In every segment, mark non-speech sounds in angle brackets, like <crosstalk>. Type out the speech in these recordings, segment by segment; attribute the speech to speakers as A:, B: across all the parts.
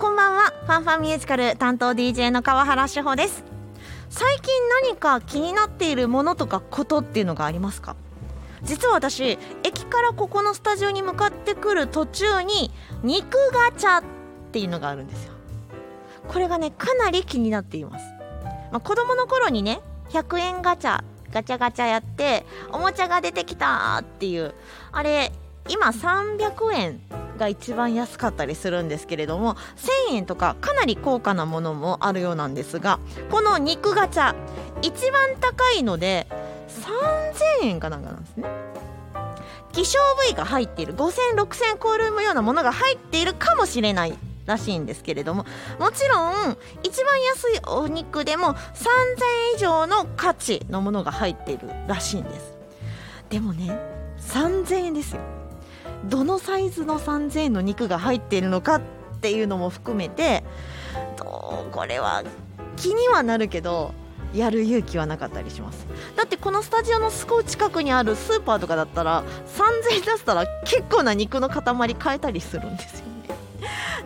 A: ファンファンミュージカル担当 DJ の川原志保です最近何か気になっているものとかことっていうのがありますか実は私駅からここのスタジオに向かってくる途中に肉ガチャっていうのがあるんですよこれがねかなり気になっています、まあ、子供の頃にね100円ガチャガチャガチャやっておもちゃが出てきたっていうあれ今300円が一番安かったりするんですけれども1000円とかかなり高価なものもあるようなんですがこの肉ガチャ一番高いので3000円かなんかなんですね希少部位が入っている50006000超えるようなものが入っているかもしれないらしいんですけれどももちろん一番安いお肉でも3000円以上の価値のものが入っているらしいんですでもね3000円ですよどのサイズの3000円の肉が入っているのかっていうのも含めてどうこれは気にはなるけどやる勇気はなかったりしますだってこのスタジオのすぐ近くにあるスーパーとかだったら3000円出したら結構な肉の塊買えたりするんですよね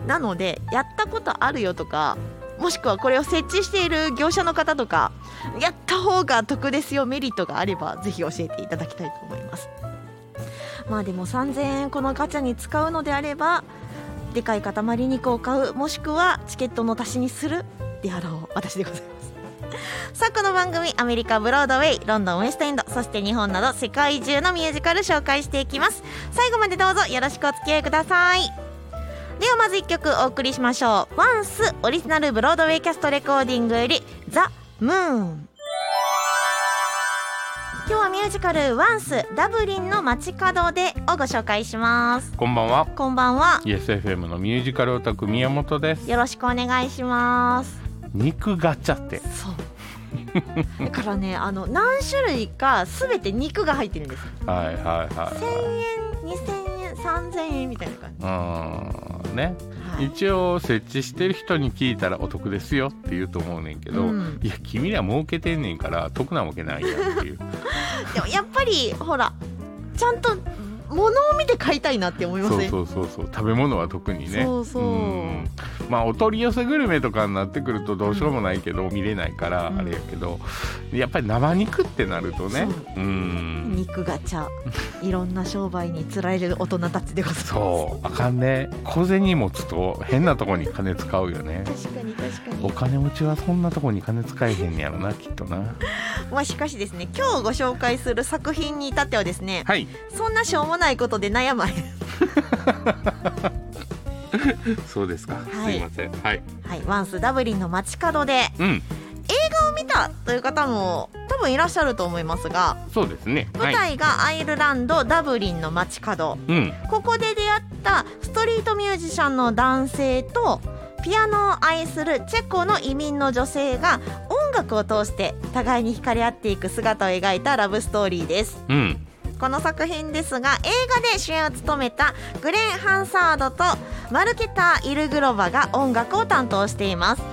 A: なのでやったことあるよとかもしくはこれを設置している業者の方とかやった方が得ですよメリットがあればぜひ教えていただきたいと思いますまあでも3000円このガチャに使うのであればでかい塊肉を買うもしくはチケットの足しにするであろう私でございます <laughs> さあこの番組アメリカブロードウェイロンドンウェストエンドそして日本など世界中のミュージカル紹介していきます最後までどうぞよろしくお付き合いくださいではまず1曲お送りしましょう「ワンスオリジナルブロードウェイキャストレコーディングより「ザ・ムーン今日はミュージカル「ワンスダブリンの街角で」をご紹介します
B: こんばんは。
A: こんばんは
B: ESFM のミュージカルオタク宮本です。
A: よろしくお願いします
B: 肉ガチャって。
A: そう <laughs> だからねあの何種類か全て肉が入ってるんです
B: はいはい
A: 1000
B: は
A: 円2000円3000円みたいな感
B: いはい。うーんね。
A: じ、はい、
B: 一応設置してる人に聞いたらお得ですよって言うと思うねんけど、
A: うん
B: いや君ら儲けてんねんから得なわけないやんっていう
A: でもやっぱりほらちゃんと物を見て買いたいなって思いま
B: そ
A: せん
B: うそうそうそう食べ物は特にね
A: そうそうん
B: まあお取り寄せグルメとかになってくるとどうしようもないけど、見れないから
A: うん
B: あれやけど、やっぱり生肉ってなるとねうん
A: 肉ガチャいろんな商売につられる大人たちでございます
B: そうあかんね小銭持つと変なとこに金使うよね
A: 確かに確か
B: お
A: に
B: 金持ちはそんなとこに金使えへんねやろなきっとな
A: まあしかしですね今日ご紹介する作品に至ってはですね
B: はい
A: そんなしょうもないことで悩まへん
B: そうですか、
A: はい
B: すいませんはい
A: はいワンスダブリンの街角で
B: うん
A: 見たという方も多分いらっしゃると思いますが
B: そうですね
A: 舞
B: は
A: 台
B: い
A: がアイルランド、ダブリンの街角
B: うん
A: ここで出会ったストリートミュージシャンの男性とピアノを愛するチェコの移民の女性が音楽を通して互いに惹かれ合っていく姿を描いたラブストーリーです
B: うん
A: この作品ですが映画で主演を務めたグレン・ハンサードとマルケター・イルグロバが音楽を担当しています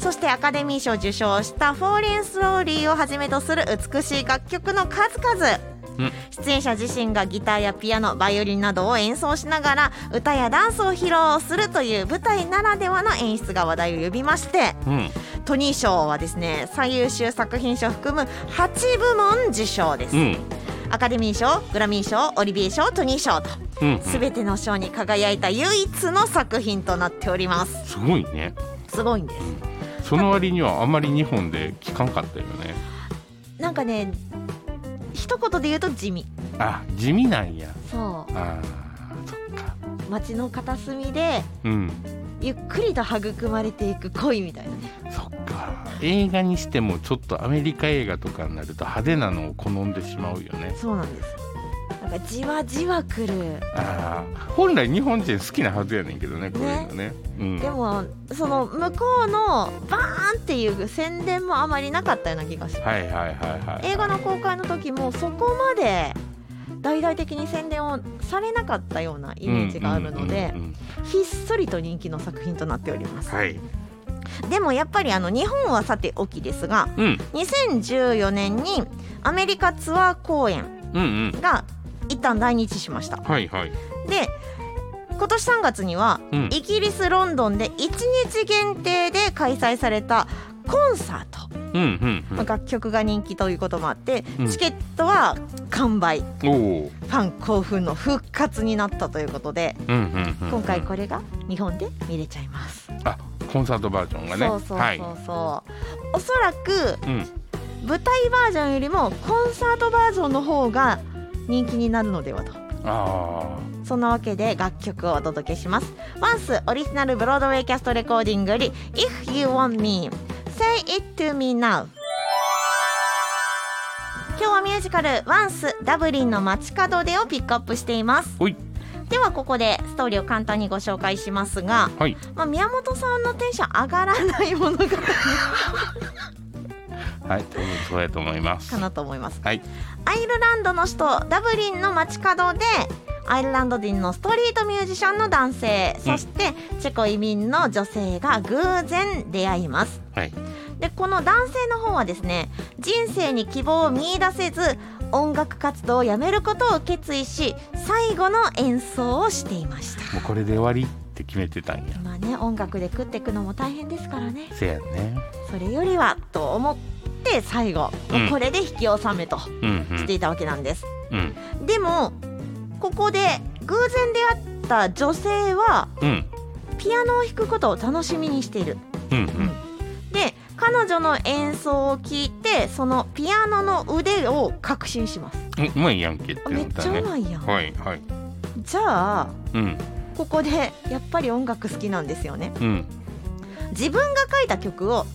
A: そしてアカデミー賞を受賞した「フォーレンス・ローリー」をはじめとする美しい楽曲の数々
B: うん
A: 出演者自身がギターやピアノバイオリンなどを演奏しながら歌やダンスを披露するという舞台ならではの演出が話題を呼びまして
B: うん
A: トニー賞はですね最優秀作品賞を含む8部門受賞です、
B: うん
A: アカデミー賞グラミー賞オリビエ賞トニー賞と
B: うん
A: 全ての賞に輝いた唯一の作品となっております
B: すごいね
A: すごいんです
B: その割にはあんまり日本で聞かんかったよね
A: なんかね一言で言うと地味
B: あ地味なんや
A: そ
B: あーそっか
A: う街の片隅で
B: うん
A: ゆっくりと育まれていく恋みたいなね
B: そっか映画にしてもちょっとアメリカ映画とかになると派手なのを好んでしまうよね
A: そうなんですなんかじわじわくる
B: ああ本来日本人好きなはずやねんけどねこういうのねうん、
A: でもその向こうのバーンっていう宣伝もあまりなかったような気がします、
B: はいはいはいはい
A: 映画の公開の時もそこまで大々的に宣伝をされなかったようなイメージがあるので
B: うんうんうん
A: ひっそりと人気の作品となっております、
B: はい
A: でもやっぱりあの日本はさておきですが
B: うん
A: 2014年にアメリカツアー公演
B: うんうん
A: が一旦来日しました
B: はいはい
A: でこ今年3月には、
B: うん
A: イギリス・ロンドンで1日限定で開催されたコンサート、
B: うんうん
A: まあ楽曲が人気ということもあって、
B: うん
A: チケットは完売フ
B: うん。おお。
A: ァン興奮の復活になったということで、
B: うんうんうん。
A: 今回これが日本で見れちゃいます。
B: あコンサートバージョンがね。
A: そうそうそうそう、
B: はい。
A: おそらく
B: うん。
A: 舞台バージョンよりもコンサートバージョンの方が人気になるのではと
B: あ
A: そんなわけで楽曲をお届けしますワンスオリジナルブロードウェイキャストレコーディングより「If You Want Me Say It To Me Now」今日はミュージカル「ワンスダブリンの街角で」をピックアップしています
B: あ。おい。
A: ではここでストーリーを簡単にご紹介しますが、
B: はい。
A: まあ、宮本さんのテンション上がらないものが
B: はい。多分そうやと思います
A: か。なと思います
B: はい。
A: アイルランドの首都ダブリンの街角でアイルランド人のストリートミュージシャンの男性そしてチェコ移民の女性が偶然出会います
B: はい。
A: でこの男性の方はですね人生に希望を見出せず音楽活動をやめることを決意し最後の演奏をしていました
B: もうこれで終わりって決めてたんや。
A: まあね音楽で食っていくのも大変ですからね
B: せやね。
A: それよりはと思って最後、
B: うん
A: これで引き納めと
B: うん
A: していたわけなんです
B: うん。うん。
A: でもここで偶然出会った女性は
B: うん。
A: ピアノを弾くことを楽しみにしている
B: うんうん。
A: で彼女の演奏を聞いてそのピアノの腕を確信します
B: うんうまいやんけって
A: あ
B: な
A: め
B: っ
A: ったちゃ
B: ね
A: う。まいやん、
B: はいはい。
A: じゃあ
B: うん
A: ここでやっぱり音楽好きなんですよね
B: うん。
A: 自分が書いた曲を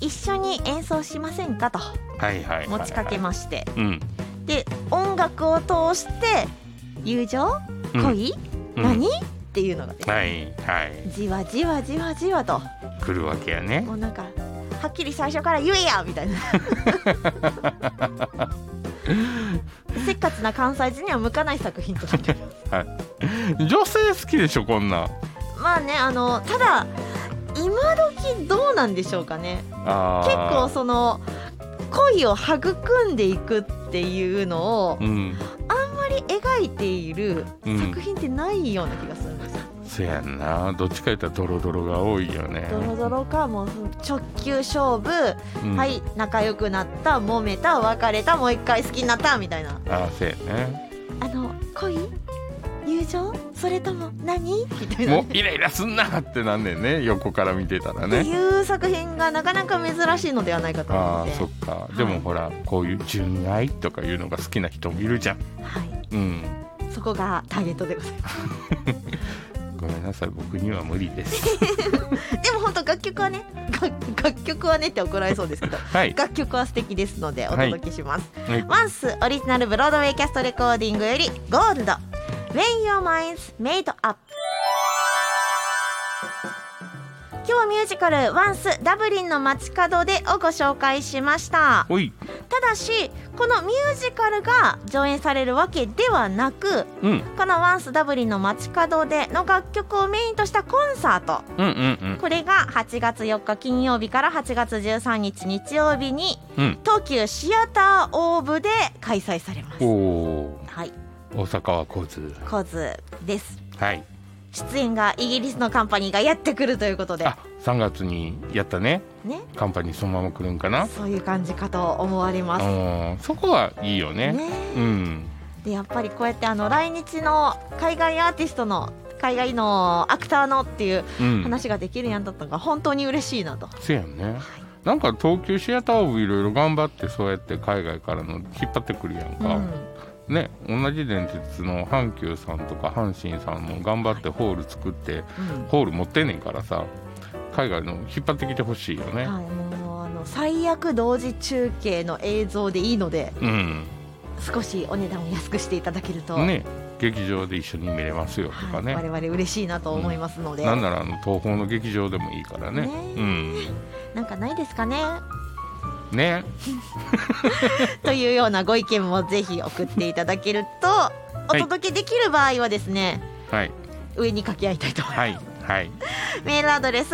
A: 一緒に演奏しませんかと
B: はいはいはい。
A: 持ちかけ
B: ま
A: まして
B: す。うん。
A: で音楽を通して友情
B: うん
A: 恋、
B: うん
A: 何っていうのがですね
B: はいはい。
A: じわじわじわじわと
B: 来るわけやね
A: も。うなんかはっきり最初から言えやみたいな
B: <laughs>
A: せっかちな関西人には向かない作品となっております
B: 女性好きでしょこんなん。
A: まあねあのただ今時どうなんでしょうかね結構
B: あ
A: その恋を育んでいくっていうのを
B: 構。うん。
A: あまり描いている
B: うん
A: 作品ってないような気がするんですよ、
B: せやんな。どっちか言ったらドロドロが多いよね。
A: ドロドロかもう直球勝負、
B: うん
A: は。い仲良くなった揉めた別れたもう一回好きになったみたいな
B: ああせやね。
A: あの恋友情それとも何みたいな、
B: もうイライラすんなってなんねんね横から見てたら
A: って
B: ね。
A: いう作品がなかなか珍しいのではないかと思っ
B: ああ
A: て
B: そっか。でもほらこういう純愛とかいうのが好きな人もいるじゃん。
A: はい、
B: うん。
A: そこがターゲットでございま
B: ごめんなさい僕には無
A: <laughs>
B: 理です。
A: すでも本当楽曲はね楽楽曲はねって怒られそうですけど
B: はい。
A: 楽曲は素敵ですのでお届けします、
B: はい
A: ワンスオリジナルブロードウェイキャストレコーディングよりゴールド When Your Mind's Made Up 今日はミュージカル「ワンスダブリンの街角で」をご紹介しました
B: おい。
A: ただしこのミュージカルが上演されるわけではなく
B: うん
A: この「ワンスダブリンの街角で」の楽曲をメインとしたコンサート
B: うんうん
A: これが8月4日金曜日から8月13日日曜日に
B: うんうん。
A: 東急シアターオーブで開催されます
B: お。お
A: はい、
B: ー。大阪は交通。
A: コズです
B: はい。
A: 出演がイギリスのカンパニーがやってくるということで
B: あ、3月にやったね。
A: ね
B: カンパニーそのまま来るんかな。
A: そういう感じかと思われます。
B: うん、そこはいいよね。
A: ね
B: うん。
A: でやっぱりこうやってあの来日の海外アーティストの海外のアクターのっていう
B: うん。
A: 話ができるやんだったのが本当に嬉しいなと。
B: せやんね。なんか東急シアターオブいろいろ頑張ってそうやって海外からの引っ張ってくるやん
A: うん
B: か、ね同じ電鉄の阪急さんとか阪神さんも頑張ってホール作って
A: うん
B: ホール持ってんねんからさ海外の引っ張ってきてほしいよね、
A: はい、もうあの最悪同時中継の映像でいいので
B: うん
A: 少しお値段を安くしていただけると、
B: ね劇場で一緒に見れますよと
A: は
B: か
A: い
B: ね、
A: 我々嬉しいなと思いますので、
B: なんならあの東宝の劇場でもいいからね
A: ねなんかないですかね
B: うんね
A: というようなご意見もぜひ送っていただけるとお
B: い
A: 届けできる場合はですね、
B: はい
A: 上に掛け合いたいと思います。
B: はいはい
C: メールアドレス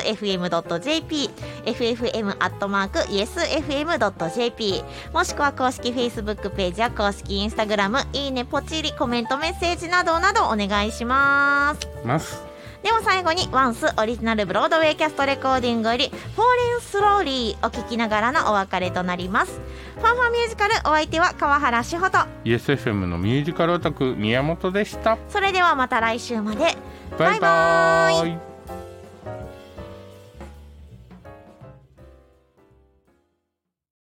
C: ffm.yesfm.jp ffm.yesfm.jp もしくは公式 Facebook ページや公式 Instagram いいねポチリコメントメッセージなどなどお願いします
B: ます
C: では最後にワンスオリジナルブロードウェイキャストレコーディングより「フォーレンスローリー」を聴きながらのお別れとなりますファンファンミュージカルお相手は川原志穂と
B: USFM のミュージカルオタク宮本でした
C: それではまた来週まで
B: バイバ
C: バイバ
B: イ